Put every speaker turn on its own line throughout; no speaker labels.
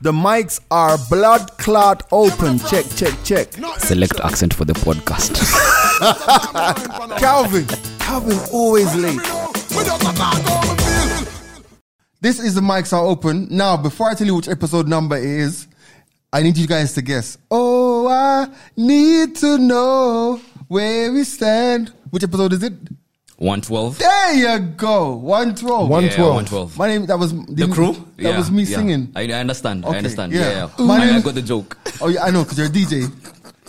The mics are blood clot open. Check, check, check.
Select accent for the podcast.
Calvin. Calvin always late. This is the mics are open. Now, before I tell you which episode number it is, I need you guys to guess. Oh, I need to know where we stand. Which episode is it?
112?
There you go. 112.
Yeah, 112. 112.
My name, that was
The crew?
That was me singing.
I, I understand.
Okay,
I understand.
yeah.
Yeah.
Ooh. My
I,
name-
I got the joke.
Oh, yeah, I know, because you're a DJ.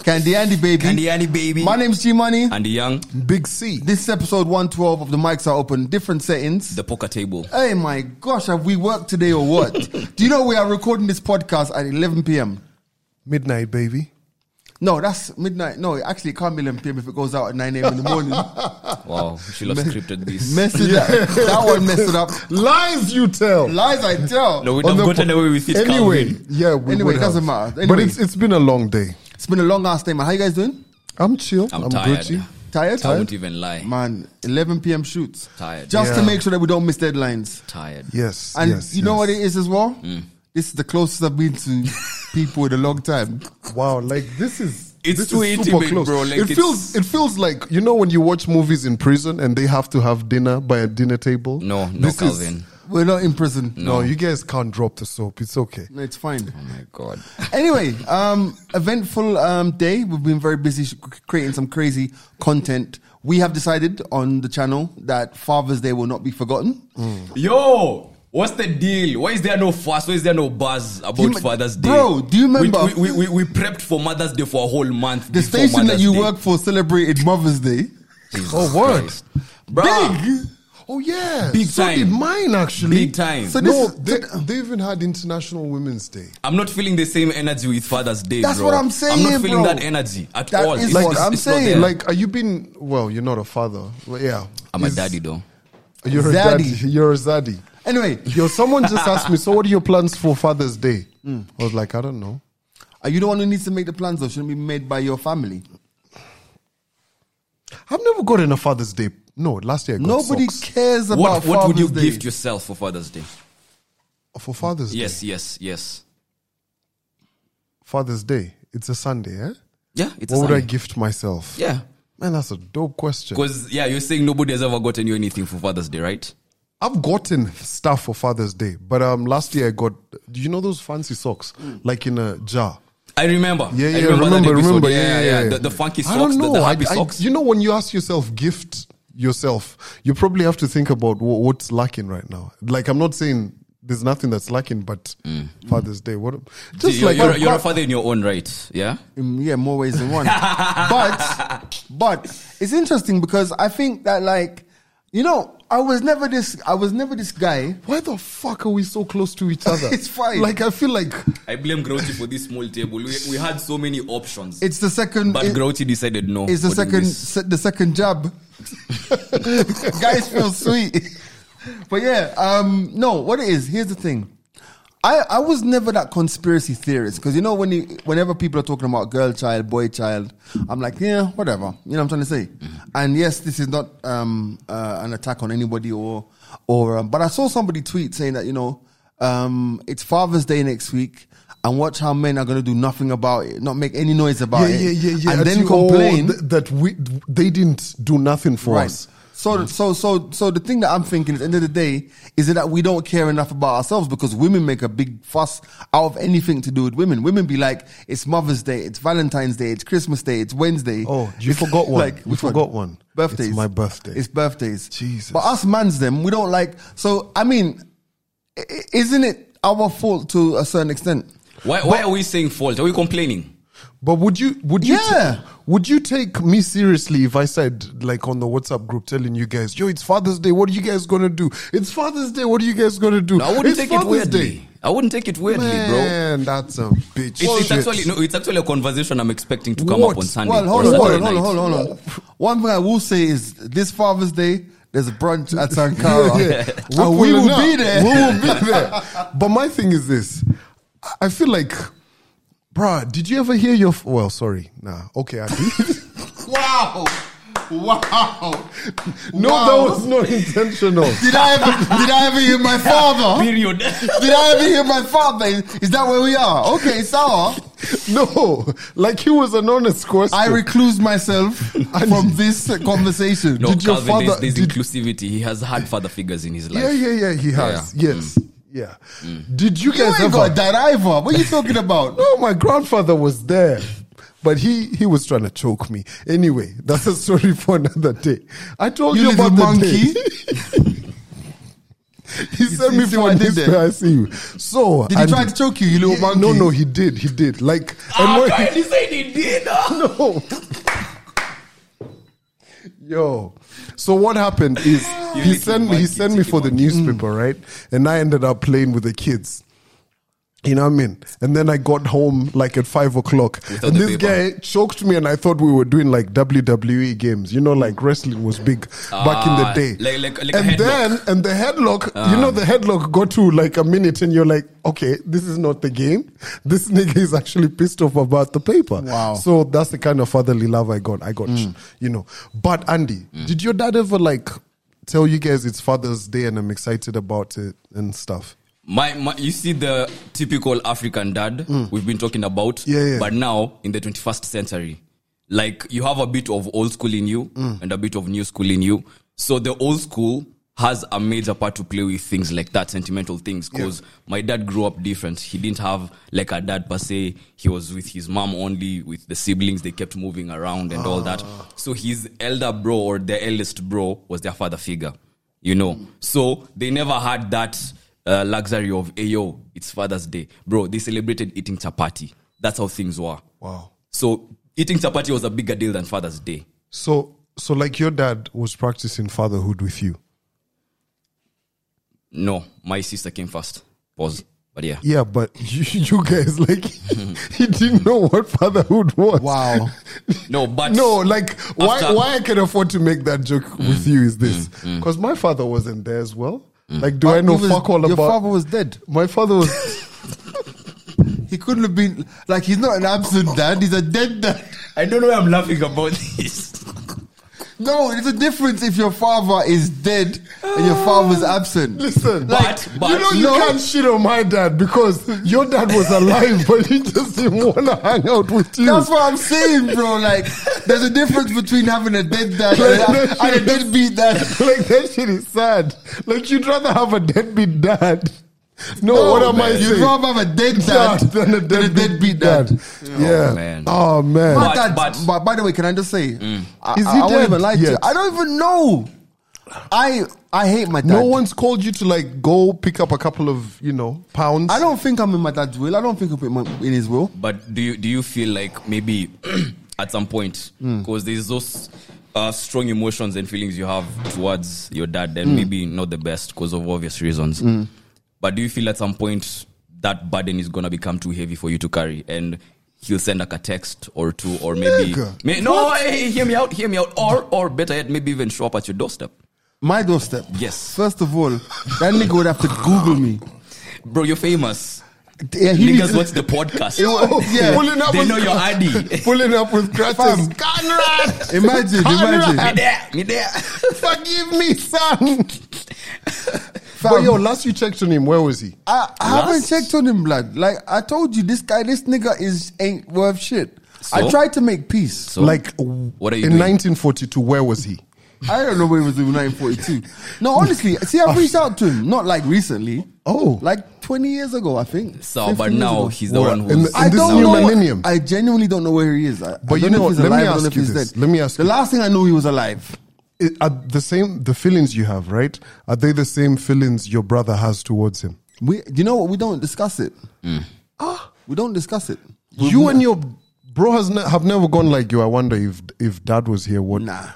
Candy Andy, baby.
Candy Annie baby.
My name's G Money.
and the young,
Big C. This is episode 112 of The Mics Are Open. Different settings.
the poker table.
hey, my gosh, have we worked today or what? Do you know we are recording this podcast at 11 p.m.?
Midnight, baby.
No, that's midnight. No, actually, it can't be 11 p.m. if it goes out at 9 a.m. in the morning.
Wow, she loves scripted this.
messed it up. That one messed it up.
Lies you tell.
Lies I tell.
No, we don't
the
gotten
po-
away with it.
anyway,
Calvin.
yeah. We
Anyway,
would
it doesn't
have.
matter.
But
Anyway.
it's it's been a long day.
It's been a long ass day, man. How you guys doing?
I'm chill.
I'm
I'm,
tired.
Gucci.
Tired?
I won't even lie.
Man, 11 p.m. shoots.
Tired.
Just to
Yeah.
make sure that we don't miss deadlines.
Tired.
Yes.
And
yes,
you know
yes.
what it is as well?
Mm.
This is the closest I've been to people in a long time.
Wow, like this is
It's
this
too
is
intimate, bro, like,
it
it's-
feels it feels like you know when you watch movies in prison and they have to have dinner by a dinner table.
No, no,
This is-
Calvin.
We're not in prison.
no, you guys can't drop the soap. It's okay.
No, it's fine.
Oh my God.
Anyway, um, eventful um, day. We've been very busy sh- creating some crazy content. We have decided on the channel that Father's Day will not be forgotten.
Yo, what's the deal? Why is there no fuss? Why is there no buzz about
you me-
Father's Day?
Bro, do you
We-
remember-
We, we, we, we prepped for Mother's Day for a whole month.
The
before
station that
Mother's
you
Day.
work for celebrated Mother's Day.
Jesus
Oh, word.
Christ. Bruh.
Big.
Oh yeah,
Big
so
time.
did mine actually.
Big time.
So
no,
this-
they, they even had International Women's Day.
I'm not feeling the same energy with Father's Day.
That's
bro.
what I'm saying,
I'm not feeling
bro.
that energy at
That
all.
is what I'm
not
saying.
there.
Like, are you being? Well, you're not a father. Well, yeah,
I'm a
Is-
daddy though.
You're
Zaddy.
a daddy. You're a zaddy.
Anyway,
Yo, someone just asked me. So, what are your plans for Father's Day? I was like, I don't know.
are you the one who needs to make the plans or shouldn't be made by your family?
I've never gotten a Father's Day. No, last year I got
Nobody
socks.
cares about
What what would you
Father's Day.
gift yourself for Father's Day?
for Father's Day.
Yes, yes, yes.
Father's Day. It's a Sunday, eh?
Yeah, it's
what
a
would I
sign.
gift myself?
Yeah,
Man, that's a dope question.
because yeah, you're saying nobody has ever gotten you anything for Father's Day, right?
I've gotten stuff for Father's Day, but um, last year I got. Do you know those fancy socks, like in a jar?
I remember.
Yeah,
I
yeah,
remember,
remember,
that
remember,
episode.
Yeah, yeah, yeah,
The, the funky
I don't
socks, the,
know.
the
I-
happy
I-
socks.
You know, when you ask yourself, gift yourself, you probably have to think about wha- what's lacking right now. Like, I'm not saying there's nothing that's lacking, but Father's Day, what?
So
Just
Mm. you're,
like
you're, you're a father in your own right. Yeah,
Mm, yeah, more ways than one. but but it's interesting because I think that like you know I was never this I was never this guy.
Why the fuck are we so close to each other?
It's fine.
Like, I feel like
I blame Grouchy for this small table. We, we had so many options,
It's the second.
but
it-
Grouchy decided no.
it's the
we're
second
doing this.
se- the second jab. Guys feel sweet, but yeah. Um, no, what it is? Here's the thing. I, I was never that conspiracy theorist because you know when you, whenever people are talking about girl child boy child I'm like yeah whatever you know what I'm trying to say
Mm-hmm.
and yes this is not um, uh, an attack on anybody or or um, but I saw somebody tweet saying that you know um, it's Father's Day next week and watch how men are going to do nothing about it not make any noise about
yeah,
it
yeah, yeah, yeah.
and
at
then
you all
complain
th- that we they didn't do nothing for us. Mm-hmm.
so, so, so, so the thing that I'm thinking at the end of the day is that we don't care enough about ourselves because women make a big fuss out of anything to do with women. Women be like, it's Mother's Day, it's Valentine's Day, it's Christmas Day, it's Wednesday.
Oh, you
It's
forgot one. You
which
forgot one.
Birthdays.
It's my birthday.
It's birthdays.
Jesus.
But us mans, them, we don't like. So, I mean, i- i- isn't it our fault to a certain extent?
Why, why are we saying fault? Are we complaining?
But would you would you
Yeah.
would you take me seriously if I said like on the WhatsApp group telling you guys, yo, it's Father's Day, what are you guys gonna do? It's Father's Day, what are you guys gonna do?
No, I wouldn't
it's
take it weirdly. I wouldn't take it weirdly, bro.
Man, that's a bitch.
It's, it's
shit.
actually no, it's actually a conversation I'm expecting to come
What?
up on Sunday.
Well,
or
hold on, hold
Saturday
on, hold on,
night.
hold on, hold on. One thing I will say is this Father's Day, there's a brunch at Sankara.
Yeah.
And we will be there.
We will be there. But my thing is this: I- I feel like, bruh, did you ever hear your? F- well, sorry, nah. Okay, I did.
Wow. Wow.
No, that was not intentional.
Did I ever did I ever hear my father?
Period.
Did I ever hear my father? Is, is that where we are? Okay, sour.
no, like he was an honest question.
I recluse myself from this conversation.
no,
Did your
Calvin, there's,
father-
there's
did-
inclusivity. He has had father figures in his life.
yeah, yeah, yeah. He has. Yes. Yeah. Did you
Mm. You
guys
ain't
ever?
got that either. What are you talking about?
No, my grandfather was there, but he he was trying to choke me. Anyway, that's a story for another day. I told
You
you,
little
about the
monkey.
day. he sent
see-
me
see
for
what I
an
did
display.
there?
I see you. So
Did he
and-
try to choke you, you little
Yeah,
monkey? Oh,
No, no, he did. He did. Like and
Ah,
when-
Kyle, he said he did. ah.
no. Yo, so what happened is he
little
sent he
monkey,
sent me
cheeky
for the newspaper,
Mm.
right? And I ended up playing with the kids. You know what I mean? And then I got home like at five o'clock,
Without
and
the
this
paper.
guy choked me, and I thought we were doing like WWE games. You know, like wrestling was big back in the
Ah,
day.
like- like- like a
and
headlock. Um.
then and the headlock, you know, the headlock got to like a minute, and you're like, okay, this is not the game. This nigga is actually pissed off about the paper.
Wow. Mm.
So that's the kind of fatherly love I got. I got, you know. But Andy, did your dad ever like tell you guys it's Father's Day and I'm excited about it and stuff?
My, my, you see the typical African dad we've been talking about,
Mm. Yeah, yeah.
but now in the 21st century, like you have a bit of old school in you
Mm.
and a bit of new school in you. So the old school has a major part to play with things like that, sentimental things. Because my dad grew up different. He didn't have like a dad per se. He was with his mom only, with the siblings. They kept moving around and all that.
Ah.
So his elder bro or their eldest bro was their father figure you know. So they never had that uh, luxury of, hey, yo, it's Father's Day. Bro, they celebrated eating chapati. That's how things were.
Wow.
So eating chapati was a bigger deal than Father's Day.
So so like your dad was practicing fatherhood with you.
No, my sister came first. Pause. But yeah.
Yeah, but you, you guys like he didn't know what fatherhood was.
Wow.
No, but
No, like why
After-
why I can afford to make that joke with you is this because my father wasn't there as well. Like, do I know
He was-
fuck all
your
about?
father was dead.
my father was
He couldn't have been like he's not an absent dad, he's a dead dad.
I don't know why I'm laughing about this.
No, there's a difference if your father is dead and your father's absent.
listen.
But, but,
you know you
No.
can't shit on my dad because your dad was alive, but he just didn't want to hang out with you.
That's what I'm saying, bro. Like, there's a difference between having a dead dad and a, and a deadbeat dad.
like that shit is sad. Like you'd rather have a deadbeat dad. No,
No,
what am I
man.
saying?
You'd rather have a dead
Dad
dad
than a deadbeat dad. Yeah.
man.
Oh man.
But,
But-
that's,
but-
but by the way, can I just say, I,
Mm. Is
I-
he
I won't
dead
even lie to you.
yet?
I don't even know. I I hate my dad.
No one's called you to like go pick up a couple of you know pounds.
I don't think I'm in my dad's will. I don't think I'm in, my, in his will.
But do you do you feel like maybe at some point
Hmm.
because there's those uh, strong emotions and feelings you have towards your dad
Hmm.
and maybe not the best because of obvious reasons. But do you feel at some point that burden is gonna become too heavy for you to carry and he'll send like a text or two or maybe
Nigga.
may, no hey, hear me out hear me out or or better yet maybe even show up at your doorstep.
My doorstep.
Yes.
First of all, that nigga would have to Google me.
Bro, you're famous.
Yeah, he needs-
Niggas watch the podcast.
Yo,
Yeah.
pulling up
They
with
know your ID.
pulling up with crutches.
Fam.
Conrad,
Imagine,
Me
imagine.
there, me there.
forgive me, son. But yo, last you checked on him, where was he?
I, I haven't
Last-
checked on him, blood. Like I told you, this guy, this nigga is ain't worth shit. I
So?
tried to make peace.
So,
like,
what are you
in
doing?
1942? Where was he?
I don't know where he was in 1942. No, honestly, see, I've reached out to him, not like recently.
Oh.
like 20 years ago, I think.
So,
15
but
years
now
ago.
he's the
Well,
one
in
who's.
the- in this
don't
new
know-
millennium.
I genuinely don't know where he is. I, I
But you
don't
know,
if he's
let me
alive, I don't know
ask
if
you
he's
this.
dead.
Let me ask
The
you.
last thing I knew, he was alive.
It- Are the same the feelings you have, right? Are they the same feelings your brother has towards him?
We, you know what? We don't discuss it.
Mm.
Ah, we don't discuss it. We-
you and your bro has ne- have never gone like you. I wonder if if dad was here, what?
nah,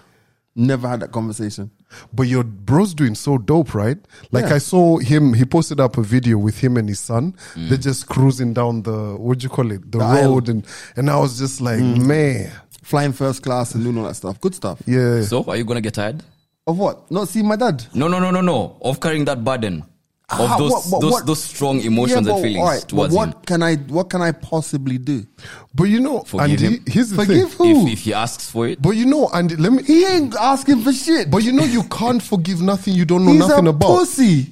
never had that conversation.
But your bro's doing so dope, right? Like
Yeah.
I saw him. He posted up a video with him and his son. They're just cruising down the what do you call it, the,
aisle.
road, and and I was just like, man,
Flying first class and doing all that stuff. Good stuff.
yeah.
So, are you gonna get tired?
Of what? Not seeing my dad.
No, no, no, no, no. Of carrying that burden. of
Ah,
those
what- but
those,
what-
those strong emotions
Yeah, but
and feelings
alright, but
towards
what
him.
can I? What can I possibly do?
But you know,
Forgive
Andy,
him.
here's the
Forgive
thing.
who?
If, if he asks for it,
But you know, Andy, let me.
he ain't asking for shit.
But you know, you can't forgive nothing you don't know
He's
nothing
a
about.
pussy.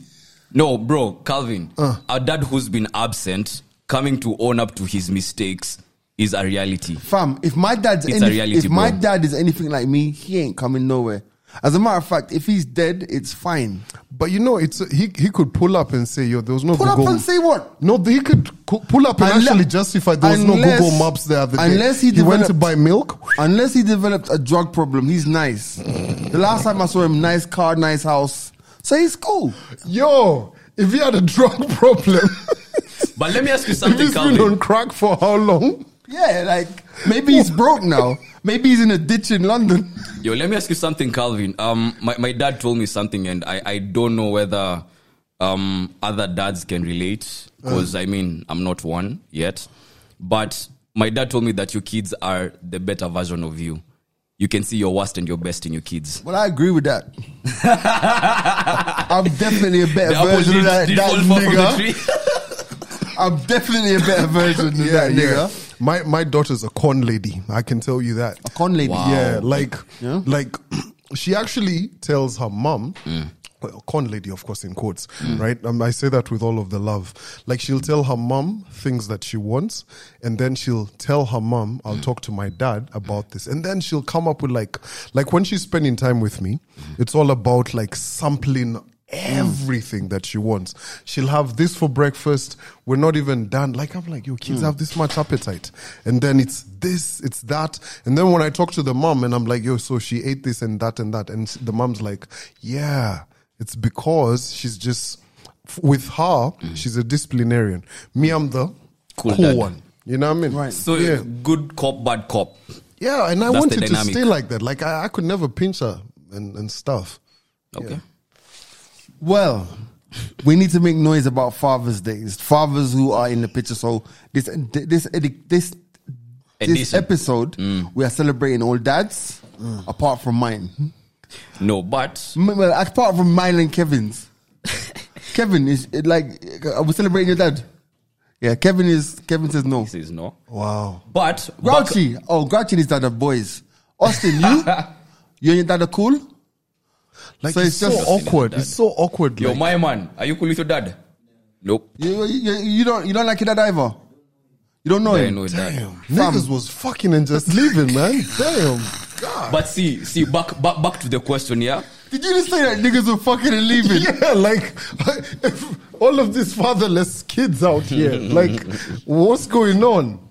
no, bro, Calvin,
Uh.
a dad who's been absent coming to own up to his mistakes is a reality.
Fam, if my dad's
It's a
any,
reality,
if my
bro.
dad is anything like me, he ain't coming nowhere. As a matter of fact, if he's dead, it's fine.
But you know, it's he. He could pull up and say, "Yo, there was no
Pull
Google."
up and say what?
no, he could co- pull up and
Unle-
actually justify there was
unless-
no Google Maps the other day.
unless he
went to
developed-
buy milk.
Unless he developed a drug problem, he's nice. The last time I saw him, nice car, nice house. So he's cool.
Yo, if he had a drug problem,
But let me ask you
if
something,
he's been
Calvin.
on crack for how long?
Yeah, like maybe he's broke now. Maybe he's in a ditch in London.
Yo, let me ask you something, Calvin. Um, my, my dad told me something, and I, I don't know whether um other dads can relate because I mean I'm not one yet, but my dad told me that your kids are the better version of you. You can see your worst and your best in your kids.
Well, I agree with that. I'm definitely a better
The apple
version of
did-
that,
did
that
fall far from the
nigga.
tree.
I'm definitely a better version of that nigga.
My my daughter's a con lady. I can tell you that.
A con lady.
Wow.
Yeah, like
Yeah?
like she actually tells her mum.
Mm.
Well, con lady, of course, in quotes, right? Um, I say that with all of the love. Like she'll tell her mum things that she wants, and then she'll tell her mum,
Mm.
"I'll talk to my dad about this," and then she'll come up with like, like when she's spending time with me,
Mm.
it's all about like sampling everything that she wants. She'll have this for breakfast. We're not even done. Like I'm like, your kids have this much appetite. And then it's this, it's that. And then when I talk to the mom and I'm like, yo, so she ate this and that and that. And the mom's like, yeah, it's because she's just f- with her, she's a disciplinarian. Me, I'm the
Cool
cool,
dad.
one. You know what I mean?
Right.
So
yeah.
good cop, bad cop.
Yeah, and I
That's the
wanted to
dynamic.
stay like that. Like I, I could never pinch her and, and stuff.
Okay.
Well, we need to make noise about Father's Day. It's fathers who are in the picture. So this this this this
Edition. Mm.
episode, we are celebrating all dads, apart from mine.
No, but
M- Well, apart from mine and Kevin's. Kevin is it like, are we celebrating your dad? Yeah, Kevin is. Kevin says no.
this is no.
Wow.
But back-
Grouchy. Oh, Grouchy is dad of boys. Austin, you, you and your dad are cool.
Like
So
it's,
it's
so
just-
awkward. It's so awkward.
yo,
like-
my man, are you cool with your dad? Nope.
You, you, you don't you don't like your dad either. You don't know
I
him.
know his dad.
Damn, niggas was fucking and just leaving, man. Damn, God.
But see, see, back, back, back to the question, yeah.
Did you just say that niggas were fucking and leaving?
yeah, like if all of these fatherless kids out here. Like, what's going on?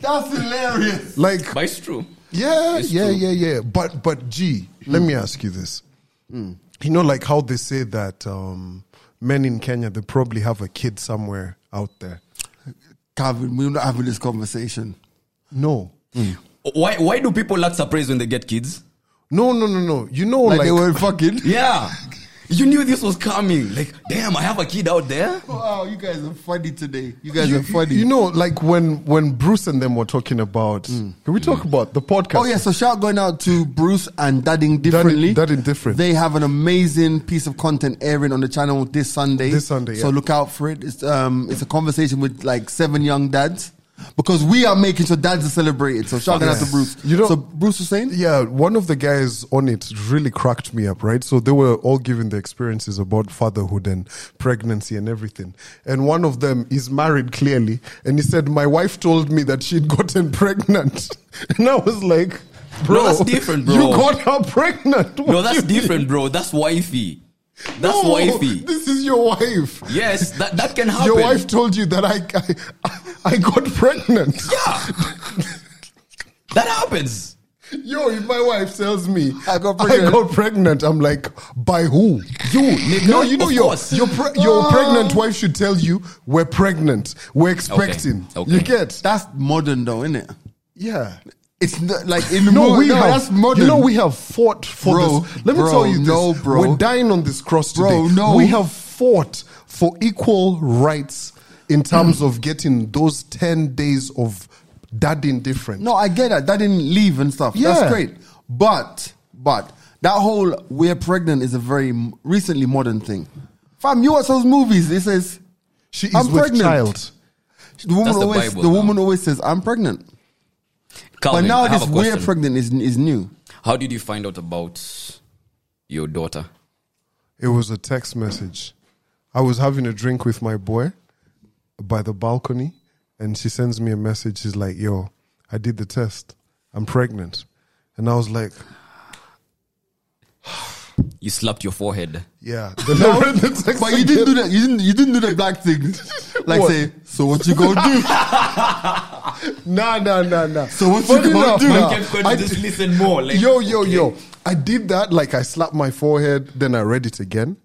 That's hilarious.
Like,
But it's true.
yeah,
It's
yeah,
true.
yeah, yeah. But, but, G, let me ask you this.
Hmm.
You know, like how they say that um, men in Kenya they probably have a kid somewhere out there.
Calvin, we're not having this conversation.
No,
Hmm.
Why why do people lack surprise when they get kids?
no, no, no, no. You know,
Like,
Oh, like,
they were fucking.
Yeah. You knew this was coming. Like, damn, I have a kid out there.
Wow, Oh, you guys are funny today. You guys are
you-
funny.
You know, like when when Bruce and them were talking about. Can we talk about the podcast?
Hmm. Oh yeah, so shout going out to Bruce and Dadding Differently.
Dadding Different.
They have an amazing piece of content airing on the channel this Sunday.
This Sunday,
so
yeah.
look out for it. It's um, it's a conversation with like seven young dads because we are making sure dads are celebrated. So shout out to
Yes.
Bruce.
You know-
so Bruce was saying,
Yeah, one of the guys on it really cracked me up, right? So they were all giving their experiences about fatherhood and pregnancy and everything. And one of them is married clearly. And he said, My wife told me that she'd gotten pregnant. And I was like, Bro,
that's different, bro.
You got her pregnant.
No,
What
that's
do you
different, bro. That's wifey. That's
mean? No,
wifey.
This is your wife.
Yes, that, that can happen.
Your wife told you that I, I, I got pregnant.
Yeah. that happens.
Yo, if my wife tells me
I got pregnant.
got pregnant, I'm like, by who?
You, nigga.
No, you know
of
your
course.
your pre- your pregnant wife should tell you we're pregnant, we're expecting.
okay.
You get
that's modern though, isn't it?
yeah.
It's not, like in the
No,
movie.
we
no,
have.
that's modern.
You know, we have fought for
Bro,
this. Let me
bro,
tell you this.
no, bro.
We're dying on this cross today.
Bro, no.
We have fought for equal rights in terms of getting those ten days of dad indifferent.
No, I get that. That didn't leave and stuff. That's
Yeah.
great. But but that whole we're pregnant is a very m- recently modern thing. Fam, you watch those movies. It says
She is
I'm
with
pregnant.
child.
the woman
the
always
Bible
the
now.
woman always says I'm pregnant.
Calvin,
but now
I have
this
a
we're
question.
pregnant is is new.
How did you find out about your daughter?
It was a text message. I was having a drink with my boy by the balcony, and she sends me a message. She's like, Yo, I did the test. I'm pregnant. And I was like,
You slapped your forehead.
Yeah. Then I read the text
But you didn't
again.
do that. You didn't. You didn't do the black thing. Like
What?
say, so what you gonna do?
Nah, nah, nah, nah.
So what you gonna do?
nah,
Man
uh, I
just listen more.
yo, yo, yo. I did that. Like I slapped my forehead. Then I read it again.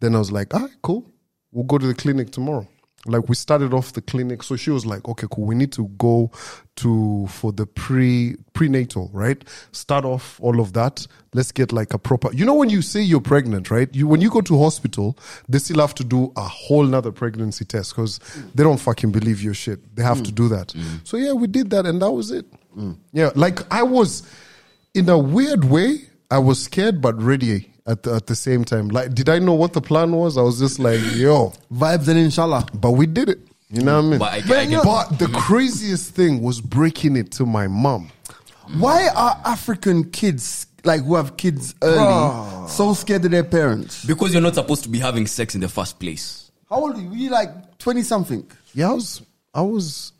Then I was like, all right, cool. We'll go to the clinic tomorrow. Like we started off the clinic. So she was like, okay, cool. We need to go to for the pre prenatal, right? Start off all of that. Let's get like a proper you know when you say you're pregnant, right? You when you go to hospital, they still have to do a whole nother pregnancy test because they don't fucking believe your shit. They have to do that. So yeah, we did that and that was it. Yeah. Like I was in a weird way, I was scared but ready at the, at the same time. Like, did I know what the plan was? I was just like, yo,
Vibes and inshallah.
but we did it. You know what I mean?
But I get- I get-
But the craziest thing was breaking it to my mom.
Why are African kids like who have kids early so scared of their parents?
Because you're not supposed to be having sex in the first place.
How old are you? Were you like twenty something?
Yeah, I was, I was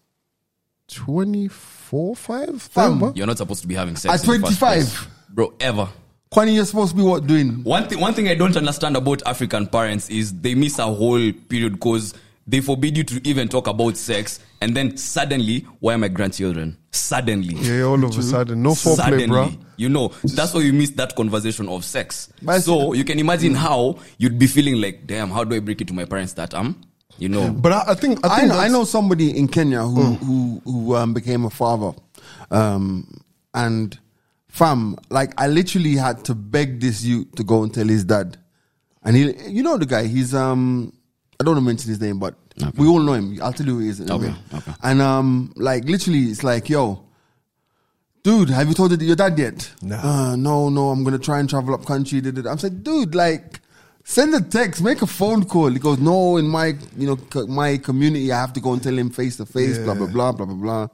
24, 5?
Fam,
You're not supposed to be having sex
At
in the first
25.
place. bro. Ever.
Kwani, you're supposed to be what doing?
One thing, one thing I don't understand about African parents is they miss a whole period because they forbid you to even talk about sex, and then suddenly, why are my grandchildren? Suddenly,
Yeah, all of a sudden, no foreplay,
suddenly,
bro.
you know, that's why you miss that conversation of sex.
But I
so you can imagine how you'd be feeling like, damn, how do I break it to my parents that I'm, you know,
But I, I think, I
I
think
know, I
that's-
know somebody in Kenya who who, who um, became a father, um, and fam, like I literally had to beg this youth to go and tell his dad, and he, you know, the guy, he's um, I don't want to mention his name, but we all know him. I'll tell you who he is.
Okay, okay.
And um, like literally, it's like yo. Dude, have you told your dad yet?
No.
Uh, no, no, I'm gonna try and travel up country. da, da, da." I'm saying, dude, like, send a text, make a phone call. He goes, no, in my, you know, co- my community, I have to go and tell him face to face, blah blah blah blah blah blah.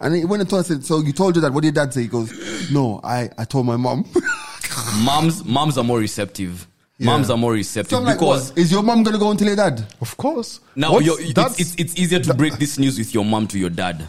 And he went and told us, so you told your dad. What did your dad say? He goes, no, I, I told my mom.
moms, moms are more receptive. Moms are more
so
receptive
I'm like,
because
"What? is your mom gonna go and tell your dad?
of course.
Now,
What's-
you're, it's,
that's-
it's, it's easier to break this news with your mom to your dad.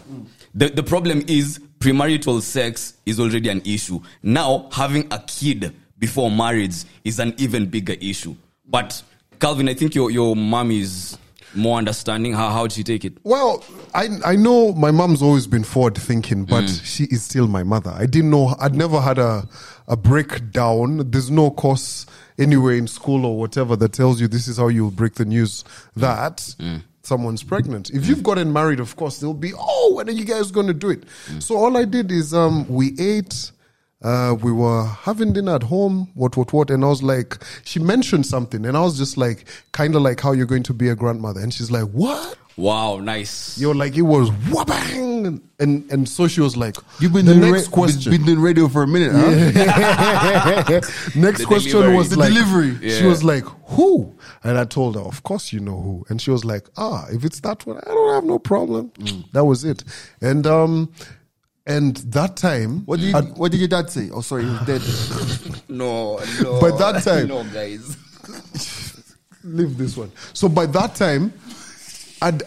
The, the problem is premarital sex is already an issue. Now, having a kid before marriage is an even bigger issue. But, Calvin, I think your, your mom is more understanding. How, how'd she take it?
Well, I I know my mom's always been forward thinking, but she is still my mother. I didn't know I'd never had a a breakdown. There's no course anywhere in school or whatever that tells you this is how you'll break the news that someone's pregnant. If you've gotten married, of course they'll be, oh, when are you guys going to do it? So all I did is um we ate. Uh, we were having dinner at home, what, what, what, and I was like, she mentioned something, and I was just like, kind of like how you're going to be a grandmother, and she's like, what?
Wow, nice.
Yo, like it was whabang, and and so she was like,
You've been
the
doing
next
ra-
question."
Been, been doing radio for a minute, huh?
next
The
question
delivery.
was
The
like,
delivery.
She
Yeah.
was like, "Who?" And I told her, "Of course you know who." And she was like, "Ah, if it's that one, I don't have no problem."
Mm.
That was it, and um, and that time,
What did you, what did your dad say? Oh, sorry, he was dead.
No, no.
But that time- No,
guys.
leave this one. So by that time, I'd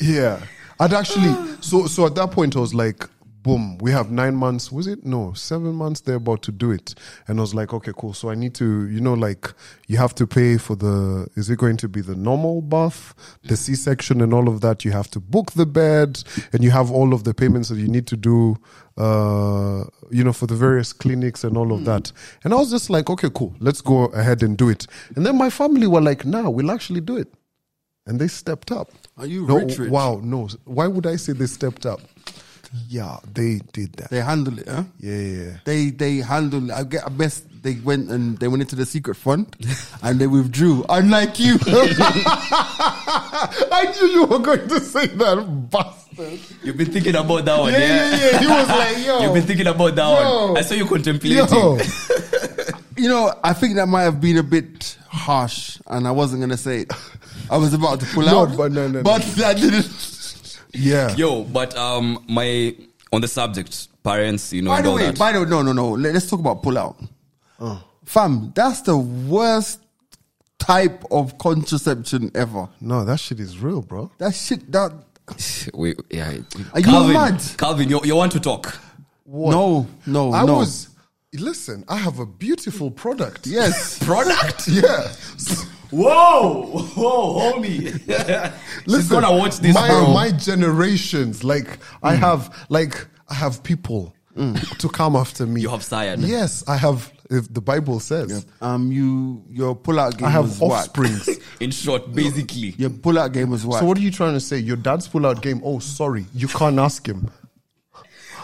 yeah, I'd actually so so at that point I was like, boom, we have nine months. Was it no seven months? They're about to do it, and I was like, okay, cool. So I need to, you know, like you have to pay for the. Is it going to be the normal bath, the C section, and all of that? You have to book the bed, and you have all of the payments that you need to do. Uh, you know, for the various clinics and all of that. And I was just like, okay, cool, let's go ahead and do it. And then my family were like, nah, we'll actually do it and they stepped up.
Are you
no,
rich, rich?
Wow, no. Why would I say they stepped up? Yeah, they did that.
They handled it, huh?
yeah, yeah, yeah.
They they handled. I get I guess they went and they went into the secret fund, and they withdrew. Unlike you,
I knew you were going to say that, bastard.
You've been thinking about that one, yeah?
yeah, yeah. He was like, yo.
You've been thinking about that
Yo.
one. I saw you contemplating.
Yo.
You know, I think that might have been a bit harsh, and I wasn't gonna say it. I was about to pull
No,
out,
but no, no, no.
but I didn't.
Yeah.
Yo, but um, my on the subject, parents, you know,
By
and
the
all
way,
that.
by the no, no, no. Let- Let's talk about pull out,
Oh.
fam. That's the worst type of contraception ever.
No, that shit is real, bro.
That shit. That
Wait, yeah. it-
Are you
Calvin,
mad?
Calvin, you, you want to talk?
no, no,
I
no.
was. Listen, I have a beautiful product.
yes.
Product?
Yeah.
Whoa, whoa, homie. She's
Listen,
gonna watch this,
my,
bro.
my generations, like I
Mm.
have, like I have people to come after me.
You have sired.
Yes, I have. If the Bible says,
Um, you your pull out game
I
was
have
whack.
offsprings.
In short, basically.
Your pull out game was whack.
so what are you trying to say? Your dad's pull-out game? Oh, sorry, you can't ask him.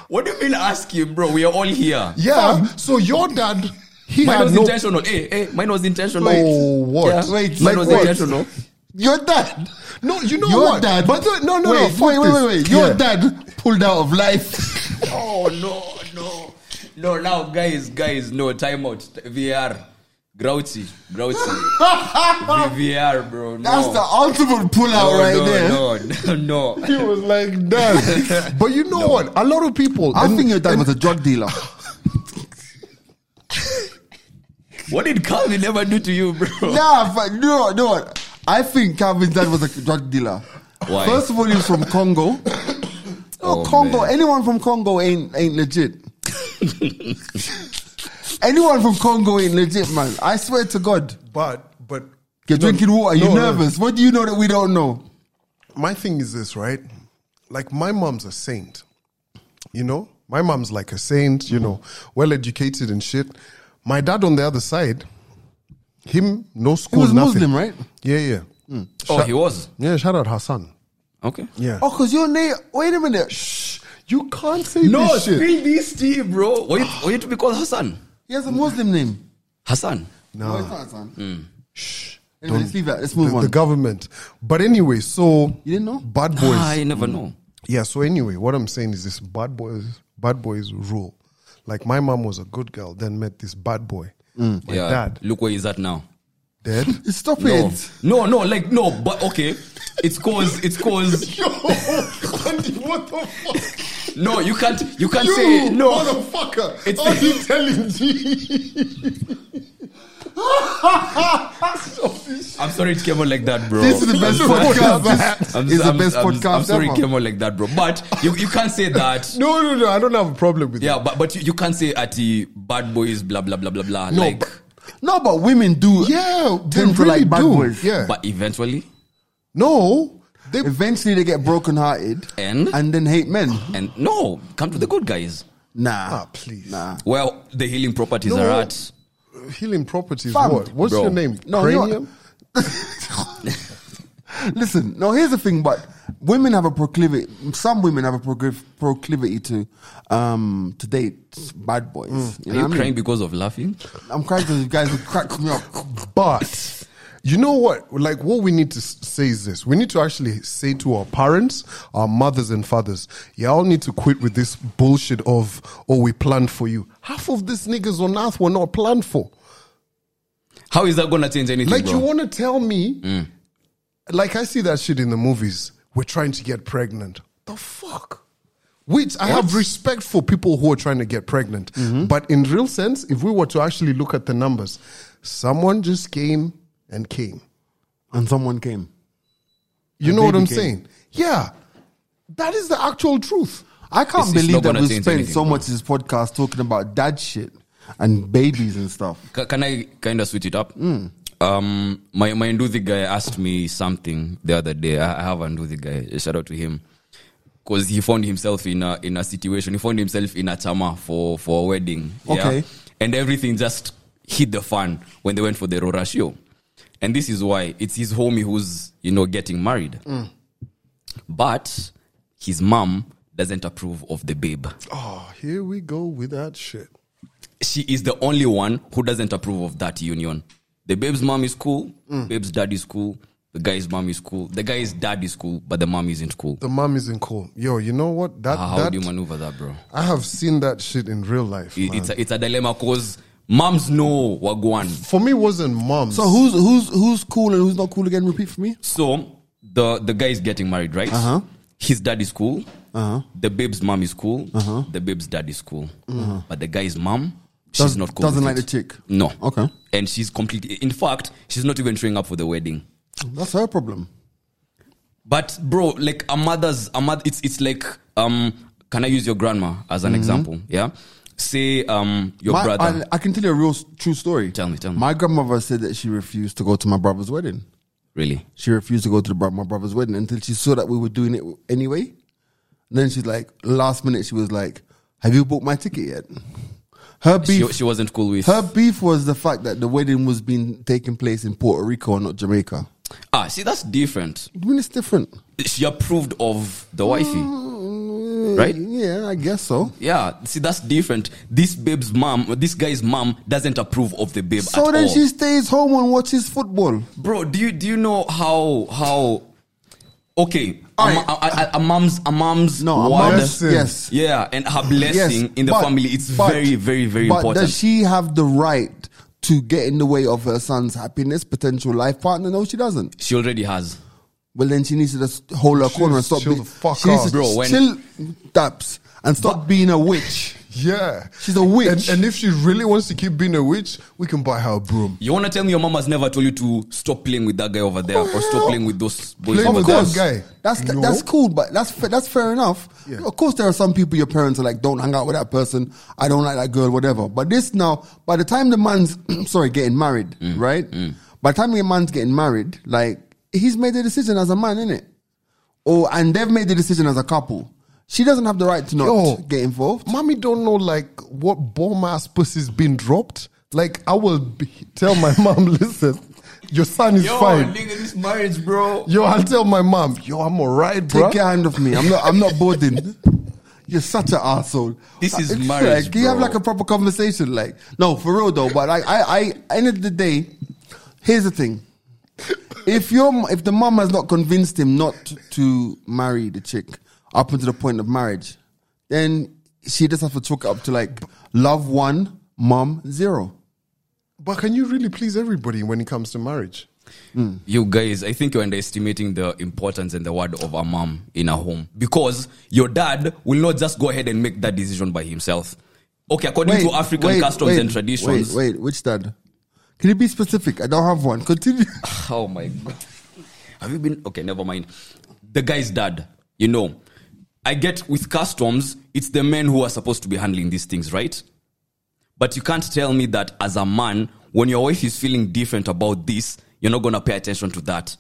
What do you mean ask him, bro? We are all here.
Yeah. so your dad, he
Mine
had
was
no.
intentional. Hey, hey, mine was intentional.
Oh, what?
Yeah.
Wait,
mine
like
was
what?
intentional.
Your dad.
No, you know
Your
what?
dad.
But the- no, no,
wait,
no. fuck
wait, wait,
this.
wait, wait. Your
Yeah.
dad pulled out of life.
Oh no, no, no! Now, guys, guys, no timeout. VR, grouchy, grouchy. VR, bro. No.
That's the ultimate pull out
Oh. no,
right
no,
there.
No, no, no.
He was like, Dad. but you know what? A lot of people.
I
and-
think your dad was a drug dealer.
What did Calvin ever do to you, bro?
nah, but no, no. I think Calvin's dad was a drug dealer.
Why?
First of all, he was from Congo. No,
Oh,
Congo.
man.
Anyone from Congo ain't ain't legit. Anyone from Congo ain't legit, man. I swear to God.
But but
You're
No,
drinking water.
no,
You're
no.
nervous. What do you know that we don't know?
my thing is this, right? Like my mom's a saint, you know. My mom's like a saint, you know, well educated and shit. My dad on the other side, him no school,
was
nothing.
Muslim, right?
Yeah, yeah,
Oh, he was.
yeah. Shout out Hassan.
Okay.
Yeah.
Oh, cause your name. Wait a minute. Shh.
you can't say
No,
this shit.
spill this tea, bro. Were you, were you to be called Hassan?
He has a Muslim name.
Hassan.
No, it's not, son.
Hmm.
Anyway, let's leave that. Let's move
The,
on.
the government. But anyway, so
You didn't know?
bad boys.
I Ah, never know.
Yeah, so anyway, what I'm saying is this bad boys bad boys rule. Like my mom was a good girl, then met this bad boy. My
Mm. yeah.
dad
Look where he's at now.
dead.
Stop
No.
it.
no, no, like no, but okay. It's cause it's cause
Yo, Andy, what the fuck?
no, you can't you can't say no.
motherfucker.
It's- Are you
telling G?
I'm sorry it came out like that, bro.
This is the best
I'm sorry.
podcast. This
I'm-
is the
I'm-
best
I'm-
podcast
I'm sorry it
ever.
came out like that, bro. But you, you can't say that.
No, no, no. I don't have a problem with
Yeah, but but you, you can't say at the bad boys blah blah blah blah blah.
No,
like,
but-
No, but women do.
that. Yeah, they
Tend to
really
like bad
do.
boys.
Yeah.
but eventually
no, they
Eventually, they get brokenhearted
And?
and then hate men.
and no, come to the good guys.
Nah,
Ah, please.
Nah,
Where the healing properties
No.
are at.
healing properties.
Fam,
What? What's
bro.
your name?
No, you know-
Cranium.
listen. No, here's the thing. But women have a proclivity. Some women have a procliv- proclivity to, um, to date bad boys. You
Are
know
you
what I mean?
crying because of laughing?
I'm crying because you guys would crack me up.
But you know what? Like, what we need to s- say is this: we need to actually say to our parents, our mothers and fathers, y'all need to quit with this bullshit of "oh, we planned for you." Half of these niggas on earth were not planned for.
How is that gonna change anything?
Like,
bro?
you want to tell me? Like, I see that shit in the movies. We're trying to get pregnant. The fuck. Which I have respect for people who are trying to get pregnant. But in real sense, if we were to actually look at the numbers, someone just came and came.
And someone came.
You know what
baby
I'm
came.
saying? Yeah. That is the actual truth.
I can't
It's- it's
believe
not
that
gonna
we
change
spent
anything,
so
bro.
much this podcast talking about dad shit and babies and stuff.
Ca- can I kind of switch it up? Um, my my Nduthi guy asked me something the other day. I, I have a Nduthi guy. Shout out to him because he found himself in a in a situation. He found himself in a chama for for a wedding. yeah?
Okay.
and everything just hit the fan when they went for the Rora show. And this is why it's his homie who's you know getting married, but his mom doesn't approve of the babe.
Oh, here we go with that shit.
she is the only one who doesn't approve of that union. The babe's mom is cool,
Hmm.
babe's dad is cool, the guy's mom is cool, the guy's dad is cool, but the mom isn't cool. Ah,
The mom isn't cool. Yo, you know what? That,
How
that
do you maneuver that, bro?
I have seen that shit in real life.
It-
man.
It's a, it's a dilemma because Moms know Wagwan.
For me, it wasn't moms.
So who's who's who's cool and who's not cool again? Repeat for me.
So the the guy is getting married, right?
Uh-huh.
His dad is cool. Uh-huh. The babe's mom is cool. Uh-huh. The babe's dad is cool. But the guy's mom, she's
Uh-huh. Does-
not cool.
doesn't
with
like
it.
the chick.
No.
Okay.
And she's completely. In fact, she's not even showing up for the wedding.
That's her problem.
But bro, like a mother's a mother, it's it's like um. Can I use your grandma as an example? Yeah. Say um
Mm-hmm.
your
My-
brother.
I, I can tell you a real s- true story.
Tell me, tell me.
My grandmother said that she refused to go to my brother's wedding.
really?
She refused to go to the, bro- my brother's wedding until she saw that we were doing it anyway. And then she's like, last minute, she was like, "Have you bought my ticket yet?" Her
She,
beef,
she wasn't cool with.
her beef was the fact that the wedding was being taking place in Puerto Rico and not Jamaica.
Ah, see, that's different.
I mean, it's different,
She approved of the wifey.
Mm. right?
Right?
Mm, Yeah, I guess so.
Yeah, see, that's different. This babe's mom, this guy's mom, doesn't approve of the babe
So
at
then
all.
she stays home and watches football.
Bro, do you do you know how how? Okay, a,
Alright.
mo- a, a, a mom's a mom's
No,
word-
mom-
Yes, sir.
yes.
yeah, and her blessing in the
but-
family. It's
but-
very very very
but
important.
Does she have the right to get in the way of her son's happiness, potential life partner? No, she doesn't.
she already has.
Well, then she needs to just hold her corner and stop
chill
being.
the fuck
she needs
out.
to
Bro, when-
chill, daps, and stop being a witch.
Yeah.
She's a witch.
And, and if she really wants to keep being a witch, we can buy her a broom.
You wanna tell me your mom has never told you to stop playing with that guy over there or stop playing with those boys?
Playing
over
with
there?
that guy.
That's
No.
that's cool, but that's fa- that's fair enough.
Yeah.
Of course, there are some people your parents are like, don't hang out with that person. I don't like that girl, whatever. But this now, by the time the man's sorry getting married, right? By the time your man's getting married, like he's made the decision as a man, innit? Or and they've made the decision as a couple. She doesn't have the right to not
Yo.
get involved.
Mommy don't know like what bomb ass pussy's been dropped. Like I will be, tell my mom, listen, your son is
Yo,
fine.
nigga, this marriage, bro.
Yo, I'll tell my mom, yo, I'm alright,
Take
bro.
your hand off me. I'm not. I'm not boarding. You're such an asshole.
This is
It's
marriage,
Like, can you have
bro.
like a proper conversation? Like, no, for real though. But like, I, I, end of the day, here's the thing. If your, m- if the mum has not convinced him not to marry the chick up until the point of marriage, then she just has to chalk it up to like love one, mum zero.
But can you really please everybody when it comes to marriage?
You guys, I think you're underestimating the importance and the word of a mom in a home because your dad will not just go ahead and make that decision by himself. Okay, according to African
wait,
customs
wait,
and traditions.
Wait, wait, which dad? Can you be specific? I don't have one. Continue.
Oh my god, have you been? Okay, never mind. The guy's dad, you know, I get with customs, it's the men who are supposed to be handling these things, right? But you can't tell me that as a man, when your wife is feeling different about this, you're not gonna pay attention to that.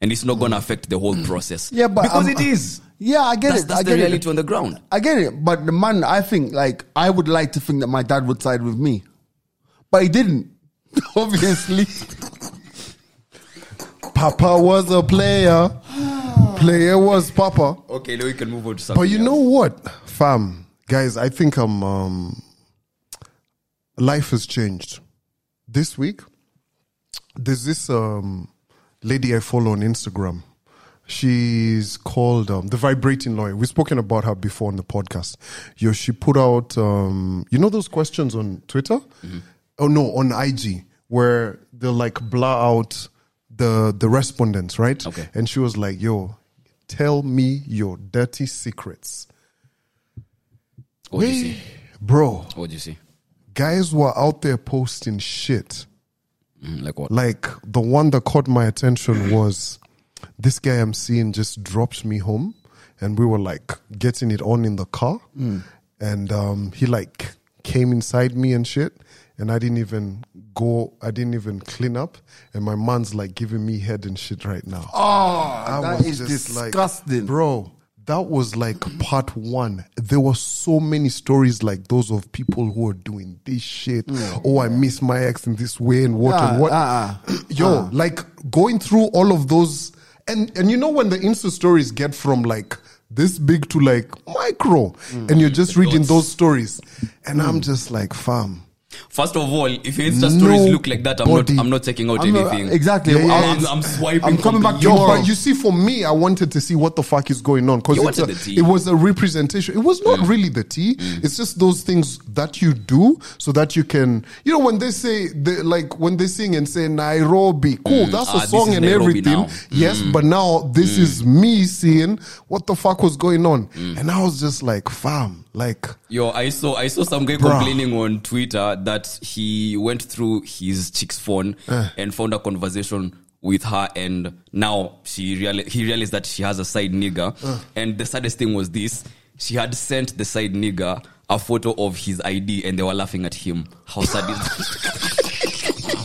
And it's not gonna affect the whole process.
Yeah, but
because
um,
it is.
Yeah, I get
That's,
it.
that's
I
the
get
reality
it.
on the ground.
I get it. But the man, I think, like, I would like to think that my dad would side with me, but he didn't. Obviously,
Papa was a player. player was Papa.
Okay, now we can move on to something.
But you know what, fam, guys, I think I'm. Um, life has changed. This week, there's this um, lady I follow on Instagram. She's called um, the Vibrating Lawyer. We've spoken about her before on the podcast. Yo, she put out, um, you know, those questions on Twitter.
Mm-hmm.
Oh no, on IG where they'll like blur out the the respondents, right?
Okay.
And she was like, "Yo, tell me your dirty secrets."
what do you see?
bro,
What do you see?
guys were out there posting shit.
Mm, like what?
Like the one that caught my attention was this guy I'm seeing just dropped me home, and we were like getting it on in the car,
Hmm.
and um, he like came inside me and shit, and I didn't even go, I didn't even clean up, and my man's like giving me head and shit right now.
oh,
I
that
was
is
just like,
disgusting.
bro. That was like part one. There were so many stories like those of people who are doing this shit.
Hmm.
Oh, I miss my ex in this way and what
Ah,
and what.
ah, ah.
Yo, like going through all of those, and and you know when the Insta stories get from like this big to like micro, and you're just reading those stories, and I'm just like, fam,
First of all, if your Insta stories look like that, I'm
Nobody.
not. I'm not taking out
I'm not-
anything.
exactly.
Yeah, yeah,
I'm, I'm,
it's-
I'm swiping.
I'm coming back
completely.
Yo,
Tomorrow.
but you see, for me, I wanted to see what the fuck is going on because
You wanted the tea. Mm.
it was a representation. It was not really the tea. It's just those things that you do so that you can, you know, when they say the, like when they sing and say Nairobi, cool, that's
Ah,
a
this
song
is
and
Nairobi
everything.
now. Mm.
Yes, but now this is me seeing what the fuck was going on,
Mm.
and I was just like, fam, like
Yo, I saw I saw some guy complaining on Twitter that he went through his chick's phone
Eh.
and found a conversation with her, and now she reali- he realized that she has a side nigger.
Eh.
And the saddest thing was this: she had sent the side nigger a photo of his ID, and they were laughing at him. How sad is that?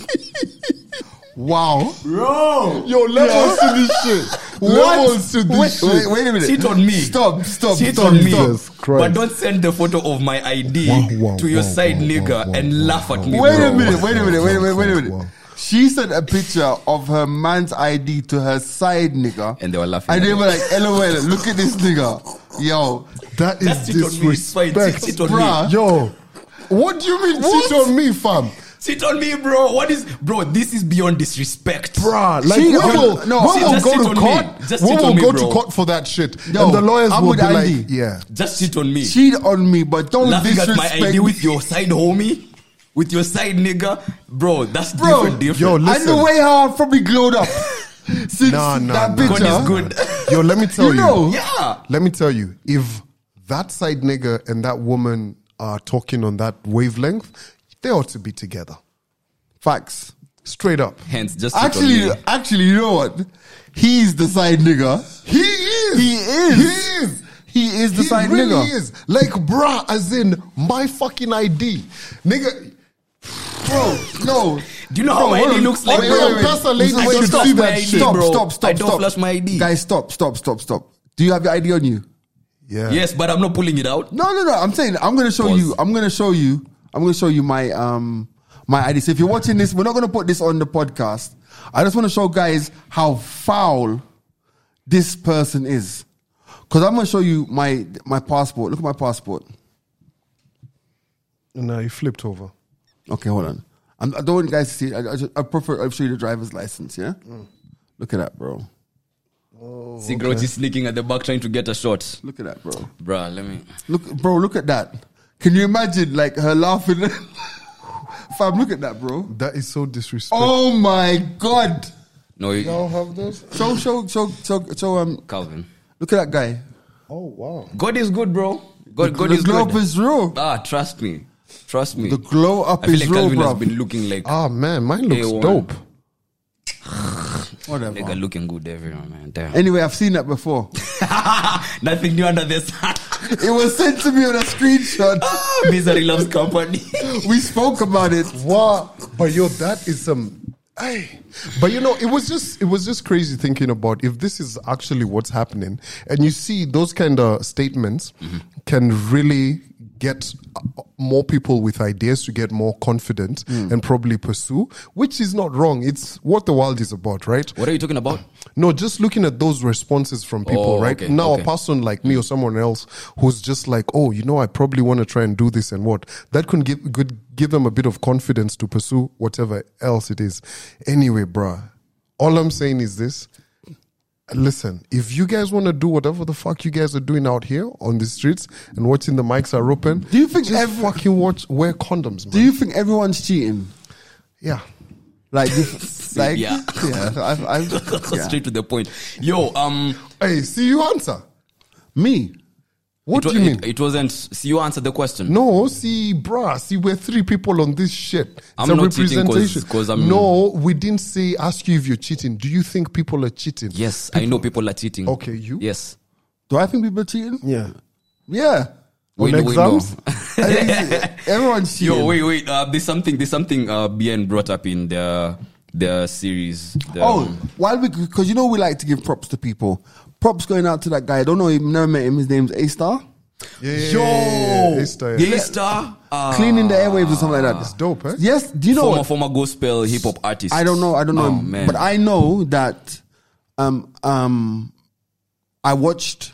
wow,
Bro!
yo, levels to this shit,
What?
levels to
wait,
this
wait,
shit.
wait a minute.
Cheat on me.
Stop, stop,
Cheat
stop,
on me,
stop.
Jesus Christ.
but don't send the photo of my ID
Wow, wow,
to your
wow,
side
wow,
nigger
wow, wow,
and
wow,
laugh at me.
Wait
bro.
a minute, wait a minute, wait a minute, wait a
Wow.
minute. She sent a picture of her man's ID to her side nigga.
And they were laughing
And
at
they
her.
were like, LOL, look at this nigga. Yo.
That is
That's cheat on me. It's fine.
disrespect,
Cheat on me.
bruh. Yo, what do you mean
What?
cheat on me, fam?
Sit on me, bro. What is, bro? This is beyond disrespect,
Bruh, like
Cheat
we
on-
will,
no.
we
See,
will
just
go
cheat
to
on me.
court.
Just
we
cheat
will
on me,
go
bro.
to court for that shit,
Yo,
and the lawyers
I'm
will
with
be
ID.
like, yeah.
Just sit on me.
Cheat on me, but don't
Laughing at my
disrespect
ID with your side homie, with your side nigga, bro. That's
Bro,
different. Different.
yo,
And the
Listen.
way how I probably glowed up since
Nah, nah,
that
nah.
picture.
God is good.
Yo, let me tell
You
you.
know.
yeah.
Let me tell you, if that side nigga and that woman are talking on that wavelength, they ought to be together,
Facts.
straight up.
Hence, just sit
Actually,
on me.
actually, you know what? He's the side nigga.
He is.
He is.
He is.
He is the
he
side
really
nigga.
is. Like, bruh, as in my fucking ID, nigga.
Bro, no.
Do you know how
Bro,
my
hold
ID
on.
looks like,
Wait,
bro?
wait, wait.
Pass a lady,
Wait,
I
wait,
should
stop,
see that
stop,
shit,
bro.
Stop, stop,
I don't
stop.
flash my ID.
Guys, stop, stop, stop, stop. Do you have your ID on you?
Yeah.
Yes, but I'm not pulling it out.
No, no, no. I'm saying I'm gonna show
Pause.
you. I'm gonna show you. I'm gonna show you my um my ID. So if you're watching this, we're not gonna put this on the podcast. I just want to show guys how foul this person is. Cause I'm gonna show you my my passport. Look at my passport.
No, he flipped over.
Okay, hold on. I'm, I don't want you guys to see. it. I, I, just- I prefer I'll show you the driver's license. Yeah.
Mm.
Look at that, bro.
Oh,
See, Grouch is sneaking at the back trying to get a shot.
Look at that, bro.
Bruh, let me.
Look, bro, look at that. Can you imagine, like, her laughing? Fam, look at that, bro.
That is so disrespectful.
Oh my god.
No, you-
have this.
So, so, so, so, so, um,
Calvin.
look at that guy.
Oh wow.
God is good, bro. God, God
the
is
glow
good.
up is real.
ah, trust me. Trust me.
The glow up
I feel
is
like
real,
Calvin
bro.
has been looking like
Ah man, mine looks
A1.
dope.
Whatever.
nigga looking good everywhere, man. Damn.
Anyway, I've seen that before.
Nothing new under the sun.
it was sent to me on a screenshot.
Misery loves company.
We spoke about it.
What? But yo, that is some. Ay. But you know, it was just it was just crazy thinking about if this is actually what's happening, and you see those kind of statements can really get uh, more people with ideas to get more confident and probably pursue, which is not wrong. It's what the world is about, right?
what are you talking about?
No, just looking at those responses from people,
Oh,
right?
okay,
now,
okay. Hmm.
a person like me or someone else who's just like, oh, you know, I probably want to try and do this and what, that could give, could give them a bit of confidence to pursue whatever else it is. Anyway, bruh, all I'm saying is this. Listen, if you guys want to do whatever the fuck you guys are doing out here on the streets and watching the mics are open,
Do you think
just
every-
fucking watch wear condoms, man?
Do you think everyone's cheating?
yeah.
Like, if- like,
Yeah.
yeah, I've, I've, yeah.
Straight to the point. Yo, um,
Hey, see you answer.
Me.
What
it,
do you
wa-
mean?
It, it wasn't. See, you answered the question.
No, see, bruh, see, we're three people on this shit. It's
I'm
a
not cheating 'cause-
representation.
'cause I'm-
no, we didn't say ask you if you're cheating. Do you think people are cheating?
Yes, I know people are cheating.
Okay, you?
Yes.
Do I think people are cheating?
Yeah.
Yeah.
On
Window, window.
exams?
I think everyone's cheating.
Yo, wait, wait. Uh, there's something. There's something. Uh, BN brought up in the the series. The, um,
Oh, while we because you know we like to give props to people. Props going out to that guy. I don't know him, never met him. His name's A Star.
Yeah,
Yo,
yeah, yeah, yeah, yeah.
the star. Uh,
Cleaning the airwaves or something like
Ah.
that.
It's dope, eh?
Yes, do you know?
former
what?
former gospel hip hop artist.
I don't know. I don't know
Oh,
him,
man.
but I know that. Um, um, I watched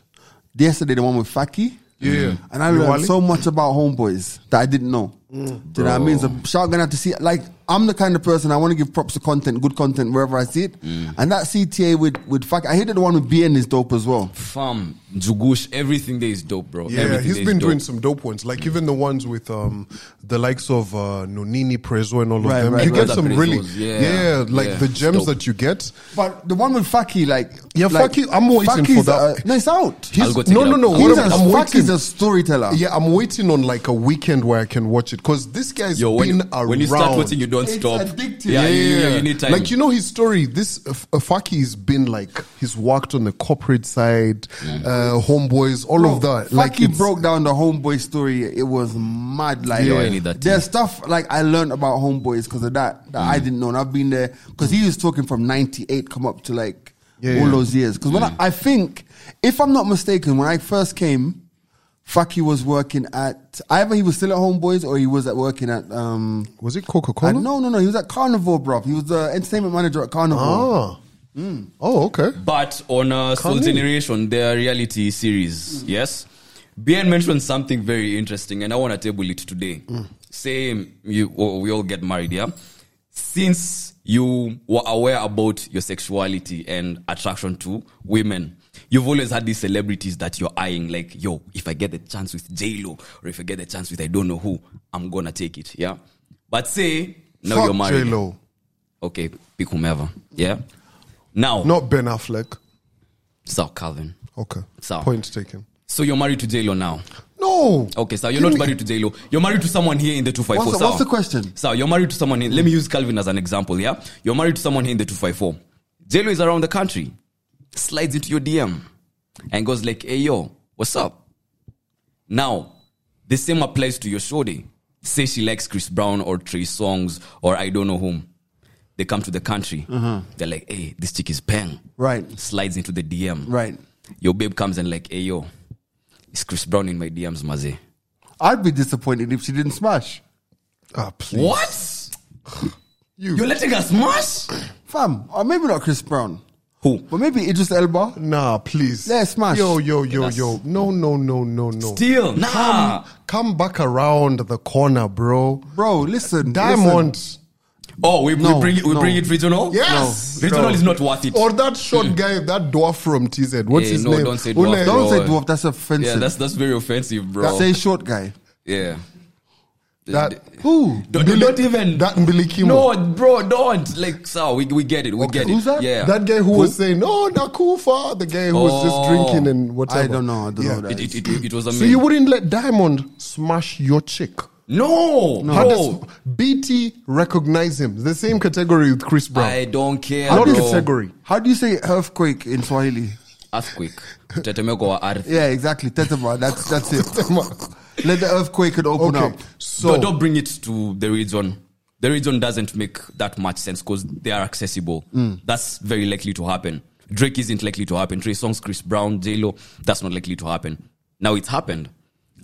yesterday the one with Faki.
Yeah.
and I
You
learned
Wally?
so much about homeboys that I didn't know. Do you know what I mean? So shout gonna have to see. Like I'm the kind of person I want to give props to content, good content wherever I see it.
Mm.
And that CTA with with fuck, I hated the one with BN is dope as well.
Fam, Jugush, everything there is dope, bro.
Yeah,
everything
he's
there is
been
dope.
doing some dope ones, like even the ones with um the likes of uh, Nonini Prezo and all
Right,
of them.
right,
you
right.
get some
Prezos,
really,
yeah.
yeah, like
Yeah,
the
it's
gems
dope.
that you get.
But the one with Faki, like
Yeah,
like,
Faki- I'm waiting for
Faki's,
that.
no, it's out.
I'll
He's-
go take
no,
it
no,
out.
no,
He's
what
He's a,
I'm, I'm
Faki's
waiting.
a storyteller.
Yeah, I'm waiting on like a weekend where I can watch it because this guy's
Yo, when,
been
you-
around.
when you start watching, you don't
It's
stop.
addictive.
Yeah, You, you- you need time.
Like you know his story. This uh, Faki's been like he's worked on the corporate side,
Mm.
uh, homeboys, all of
Bro,
that. like
Faki
it's-
broke down the homeboy story. It was mad. Like
Yo, I need that
there's stuff like I learned about homeboys because of that that I
Mm.
didn't know. And I've been there because he was talking from '98 come up to like
Yeah,
all
yeah.
those years. Because
Mm.
when I, I think, if I'm not mistaken, when I first came, Faki was working at either he was still at homeboys or he was at working at um.
Was it Coca
I,
Cola?
no, no, no. He was at Carnival, bro. He was the entertainment manager at Carnival.
Ah.
Mm.
Oh, okay.
But on uh, Soul
in.
Generation, their reality
Mm.
series, yes, BN mentioned something very interesting, and I want to table it today.
Mm.
Same, you oh, we all get married, yeah. Since you were aware about your sexuality and attraction to women, you've always had these celebrities that you're eyeing, like, yo, if I get the chance with J Lo, or if I get the chance with I don't know who, I'm gonna take it, yeah. But say now
Fuck
you're married,
J-Lo.
okay, pick whomever, yeah. Now,
Not Ben Affleck.
Sir Calvin.
Okay.
So-
Point taken.
So you're married to JLo now.
No.
Okay, so you're
Give
not
me-
married to JLo. You're married to someone here in the 254.
What's the- what's
sir.
the question?
Sir, you're married to someone in, let me use Calvin as an example, yeah? You're married to someone here in the 254. JLo is around the country, slides into your DM and goes like, hey, yo, what's up? Now, the same applies to your shorty. Say she likes Chris Brown or Trey Songs or I don't know whom. They come to the country.
Uh-huh.
They're like, hey, this chick is bang.
Right.
Slides into the DM.
Right.
Your babe comes and like, hey yo, it's Chris Brown in my DMs, Maze.
I'd be disappointed if she didn't smash.
Ah, please.
What?
You.
You're letting us smash?
Fam, or maybe not Chris Brown,
Who?
but maybe Idris Elba.
Nah, please.
Yeah, smash.
Yo, yo, yo, yo. No, no, no, no, no.
Deal. Nah.
Come back around the corner, bro.
Bro, listen.
Diamond.
listen.
Oh, we,
No,
we bring it we
no.
bring it regional?
Yes. Oh,
No. Regional is not worth it.
Or that short guy, that dwarf from TZ. What's
Eh,
his
no,
name?
don't say
Ule-
dwarf,
Don't say
Bro.
dwarf, that's offensive.
yeah, that's that's very offensive, bro.
Say short guy.
yeah.
That,
Who?
Don't,
Mbili-
don't even
That Mbilikimo.
No, bro, don't. Like, so we, we get it. We get it.
who's that?
Yeah.
That guy who, was saying, oh, Nakufa. The guy who was
Oh.
just drinking and whatever.
I don't know. I don't know
Yeah.
who that
it, it,
is.
it, it was a
So
meme.
you wouldn't let Diamond smash your chick?
no,
How
bro.
does BT recognize him? The same category with Chris Brown.
I don't care.
Not
bro.
category.
How do you say earthquake in Swahili?
Earthquake. Tetemeko wa ardhi.
Yeah, exactly. Tetema. That's that's it. Let the earthquake and open
Okay.
up.
So
don't, don't bring it to the region. The region doesn't make that much sense because they are accessible.
Mm.
That's very likely to happen. Drake isn't likely to happen. Trey Songs, Chris Brown, J Lo, that's not likely to happen. Now it's happened.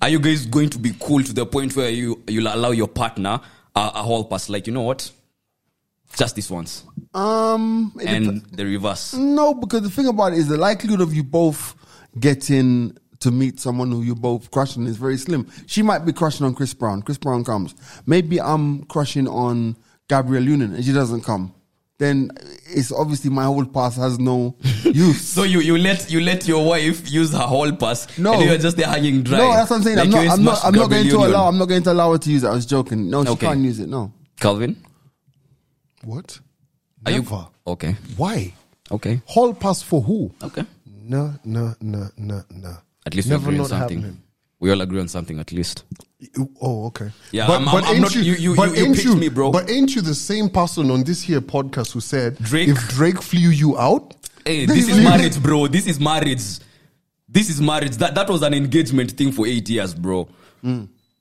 Are you guys going to be cool to the point where you you'll allow your partner a, a hall pass? Like you know what? Just this once
Um, it dep-
and the reverse.
no, because the thing about it is the likelihood of you both getting to meet someone who you both crushing is very slim. She might be crushing on Chris Brown. Chris Brown comes. Maybe I'm crushing on Gabrielle Union and she doesn't come. Then it's obviously my whole past has no use.
So you, you let you let your wife use her hall pass
No.
and you're just there hanging dry.
No, that's what I'm saying.
Like
I'm
you
not.
ain't
I'm not.
smashed
I'm not going to
Gabriel
allow.
Union.
I'm not going to allow her to use it. I was joking. No, she
Okay.
can't use it. No.
Calvin.
what?
Are you-
Never.
Okay.
Why?
Okay.
Hall pass for who?
Okay.
No, no, no, no, no.
At least we agree on something. We all agree on something at least.
Oh, okay.
Yeah, I'm- I'm- I'm
ain't
not- you- you- you- you
ain't
picked me, bro.
But ain't you the same person on this here podcast who said
Drake?
if Drake flew you out?
Hey, this is
Really?
marriage, bro. This is marriage. This is marriage. That that was an engagement thing for eight years, bro.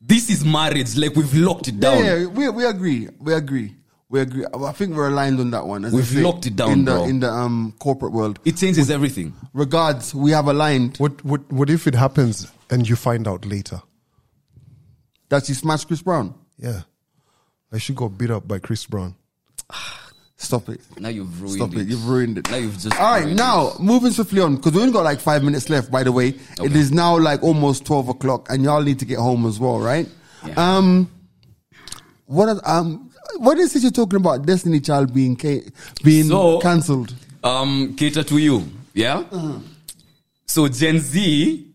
This is marriage. Like we've locked it down.
Hmm. Yeah, yeah, we we agree. We agree. We agree. I think we're aligned on that one. As I
We've
say,
locked it down,
in the
bro.
in the um corporate world.
It changes everything.
Regards, we have aligned
What what what if it happens and you find out later?
that you smashed Chris Brown.
Yeah. Like she got beat up by Chris Brown.
Stop it.
Now you've ruined
Stop
it.
it. You've ruined it.
Now you've just
All right,
ruined
now moving swiftly on because we only got like five minutes left. By the way, it is now like almost twelve o'clock, and y'all need to get home as well, right?
Yeah.
Um, What are, um, what is it you're talking about? Destiny Child being ca- being
So-
cancelled?
um, cater to you. Yeah.
Uh-huh.
So Gen Z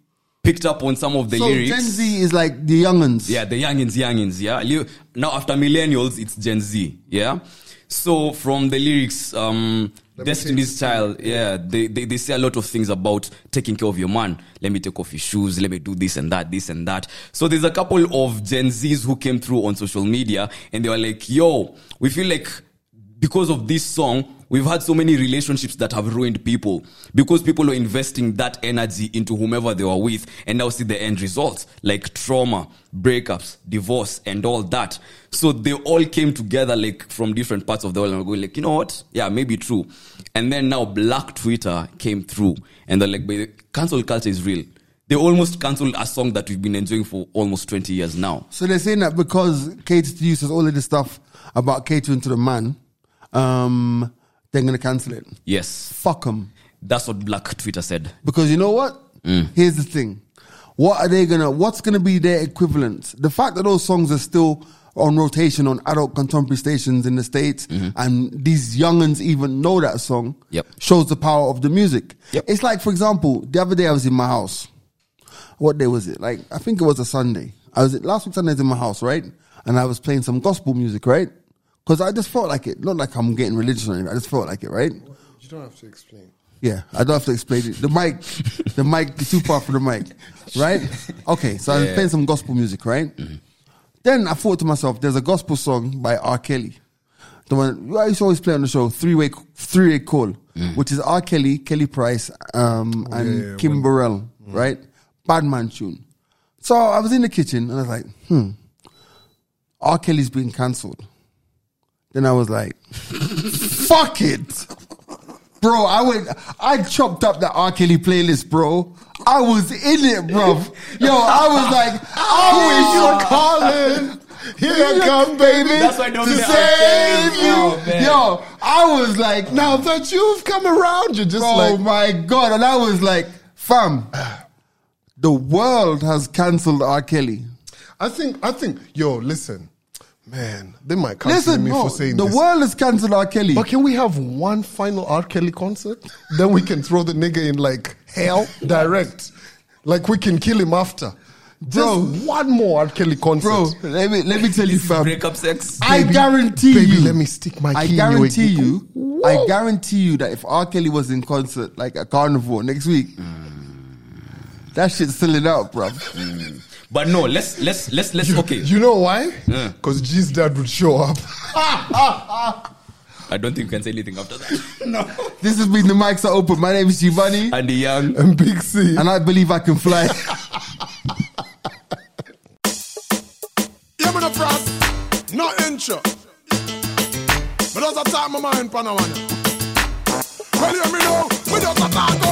picked up on some of the
So
lyrics.
Gen Z is like the youngins.
Yeah, the youngins, youngins. Yeah. Li- Now after millennials, it's Gen Z. Yeah. So from the lyrics, um, Destiny's Child. Yeah, they, they they say a lot of things about taking care of your man. Let me take off his shoes. Let me do this and that, this and that. So there's a couple of Gen Zs who came through on social media and they were like, "Yo, we feel like." because of this song, we've had so many relationships that have ruined people because people were investing that energy into whomever they were with and now see the end results like trauma, breakups, divorce, and all that. So they all came together like from different parts of the world and were going like, you know what? Yeah, maybe true. And then now Black Twitter came through and they're like, "But the cancel culture is real. They almost cancelled a song that we've been enjoying for almost 20 years now.
So they're saying that because Kate uses all of this stuff about catering to the man, um, they're gonna cancel it.
Yes,
Fuck them.
that's what Black Twitter said.
Because you know what?
Mm.
Here's the thing. What are they gonna? What's gonna be their equivalent? The fact that those songs are still on rotation on adult contemporary stations in the states, and these younguns even know that song,
Mm-hmm. Yep.
shows the power of the music.
Yep.
It's like, for example, the other day I was in my house. What day was it? Like I think it was a Sunday. I was last week Sunday I was in my house, right? And I was playing some gospel music, right? Because I just felt like it. Not like I'm getting religious or anything. I just felt like it, right?
You don't have to explain.
Yeah, I don't have to explain it. The mic, the mic, is too far for the mic, right? Okay, so I was
Yeah.
playing some gospel music, right?
Mm-hmm.
Then I thought to myself, there's a gospel song by R. Kelly, the one I used to always play on the show, three way, three way call, which is R. Kelly, Kelly Price, um, and
Mm. yeah, yeah,
Kim
when- Mm.
Burrell, right? Bad man tune. So I was in the kitchen and I was like, hmm, R. Kelly's been cancelled. Then I was like, fuck it. Bro, I went, I chopped up the R. Kelly playlist, bro. I was in it, bro. Yo, I was like, I wish you calling. Here I come, baby.
That's why I don't
to
do the R.
save
Kelly, bro,
you.
man.
Yo, I was like,
Now that you've come around, you're just
oh
like,
my god! And I was like, fam, the world has cancelled R. Kelly.
I think, I think, yo, listen, man, they might cancel
Listen,
me
no,
for saying
the
this.
world has cancelled R. Kelly.
But can we have one final R. Kelly concert? then we can throw the nigga in like hell direct. Like we can kill him after. Just
Bro.
one more R. Kelly concert.
Bro, let me let me tell you, fam.
Breakup sex.
I
Baby,
guarantee
baby,
you.
let me stick my
I
key in your
guarantee you.
giggle.
I guarantee you that if R. Kelly was in concert, like a carnival next week, that shit's selling out, bro.
But no, let's let's let's let's okay.
You know why?
Yeah.
Because G's dad would show up.
I don't think we can say anything after that. no.
this has been the mics are open. My name is Giovanni,
And the young.
and Big C.
and I believe I can fly.
Yeah, me no frost, no intro. But there's a time my mind pan a one. Well, hear me now, me just a talk